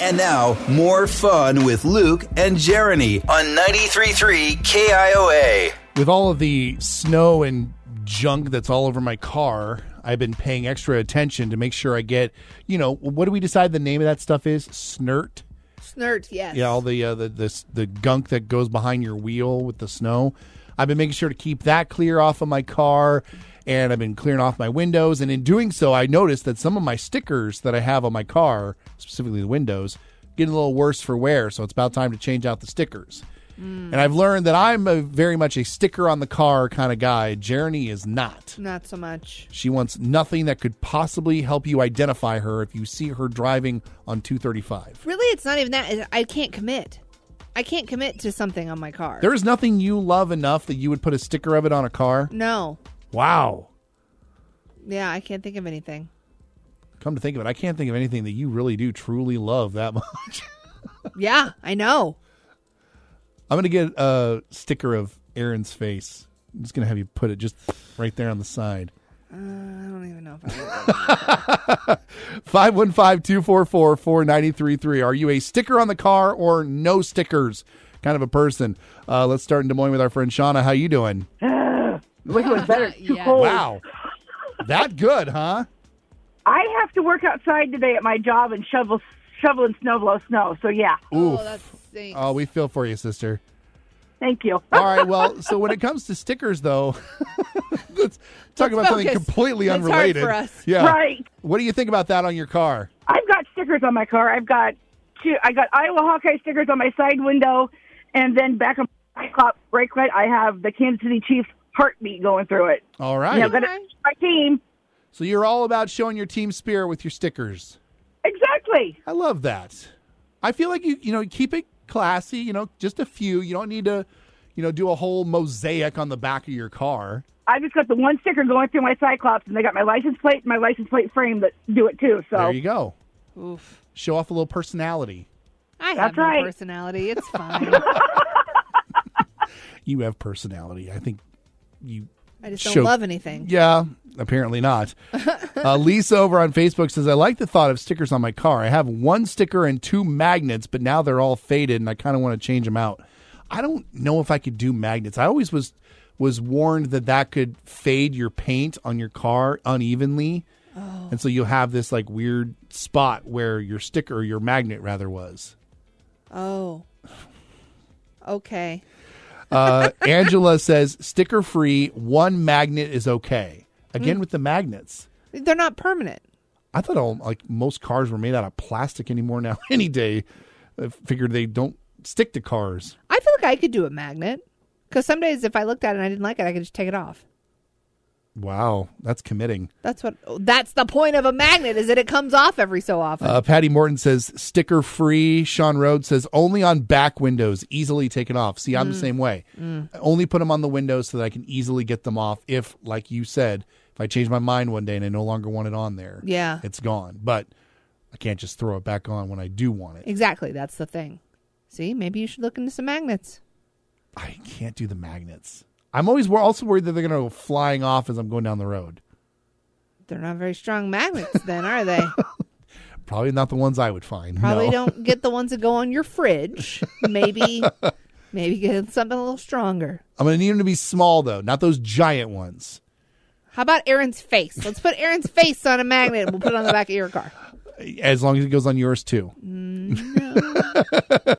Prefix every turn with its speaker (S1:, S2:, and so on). S1: And now, more fun with Luke and Jeremy on 93.3 KIOA.
S2: with all of the snow and junk that's all over my car, I've been paying extra attention to make sure I get, you know, what do we decide the name of that stuff is? Snert.
S3: Snert, yes.
S2: Yeah, all the uh, the this the gunk that goes behind your wheel with the snow. I've been making sure to keep that clear off of my car, and I've been clearing off my windows. And in doing so, I noticed that some of my stickers that I have on my car, specifically the windows, getting a little worse for wear. So it's about time to change out the stickers. And I've learned that I'm a very much a sticker on the car kind of guy. Jeremy is not.
S3: Not so much.
S2: She wants nothing that could possibly help you identify her if you see her driving on 235.
S3: Really, it's not even that. I can't commit. I can't commit to something on my car.
S2: There is nothing you love enough that you would put a sticker of it on a car.
S3: no.
S2: Wow.
S3: Yeah, I can't think of anything.
S2: Come to think of it, I can't think of anything that you really do truly love that much.
S3: Yeah, I know.
S2: I'm going to get a sticker of Aaron's face. I'm just going to have you put it just right there on the side.
S3: I don't even know if I
S2: 515-244-4933. Are you a sticker on the car or no stickers kind of a person? Uh, let's start in Des Moines with our friend Shauna. How you doing?
S4: Wish it was better. Too
S3: Yeah.
S4: cold.
S2: Wow. That good, huh?
S4: I have to work outside today at my job and shovel shovel and snow blow snow. So yeah,
S3: Oh, that stinks.
S2: Oh, we feel for you, sister.
S4: thank you.
S2: All right. Well, so when it comes to stickers, though, let's talk about something
S3: focus.
S2: completely
S3: That's hard
S2: unrelated.
S3: for us.
S2: Yeah.
S4: Right.
S2: What do you think about that on your car?
S4: I've got stickers on my car. I've got two. I got Iowa Hawkeye stickers on my side window, and then back on my clock brake light, I have the Kansas City Chiefs heartbeat going through it.
S2: All right.
S4: You know, got
S3: Okay.
S4: to my team.
S2: So you're all about showing your team spirit with your stickers.
S4: Exactly.
S2: I love that. I feel like you you know keep it classy. You know, just a few. You don't need to, you know, do a whole mosaic on the back of your car.
S4: I just got the one sticker going through my Cyclops, and they got my license plate and my license plate frame that do it too. So
S2: There you go.
S3: Oof.
S2: Show off a little personality.
S3: I have
S4: That's
S3: no
S4: right.
S3: personality. It's fine.
S2: You have personality. I think you
S3: I just don't
S2: Show-
S3: love anything.
S2: Yeah, apparently not. uh, Lisa over on Facebook says, I like the thought of stickers on my car. I have one sticker and two magnets, but now they're all faded and I kind of want to change them out. I don't know if I could do magnets. I always was was warned that that could fade your paint on your car unevenly.
S3: Oh.
S2: And so you'll have this like weird spot where your sticker or your magnet rather was.
S3: Oh. Okay.
S2: Uh, Angela says sticker free, one magnet is okay. Again
S3: Mm.
S2: with the magnets.
S3: They're not permanent.
S2: I thought all like most cars were made out of plastic anymore now. Any day, I figured they don't stick to cars.
S3: I feel like I could do a magnet because some days if I looked at it and I didn't like it, I could just take it off.
S2: Wow, that's committing.
S3: That's what. That's the point of a magnet is that it comes off every so often.
S2: Uh, Patty Morton says sticker free. Sean Rhodes says only on back windows, easily taken off. See, I'm the same way. I only put them on the windows so that I can easily get them off. If, like you said, if I change my mind one day and I no longer want it on there,
S3: Yeah.
S2: it's gone. But I can't just throw it back on when I do want it.
S3: Exactly. That's the thing. See, maybe you should look into some magnets.
S2: I can't do the magnets. I'm always wor- also worried that they're going to go flying off as I'm going down the road.
S3: They're not very strong magnets, then, are they?
S2: Probably not the ones I would find.
S3: Probably
S2: no.
S3: don't get the ones that go on your fridge. Maybe, maybe get something a little stronger.
S2: I'm going to need them to be small though, not those giant ones.
S3: How about Aaron's face? Let's put Aaron's face on a magnet. and We'll put it on the back of your car.
S2: As long as it goes on yours too.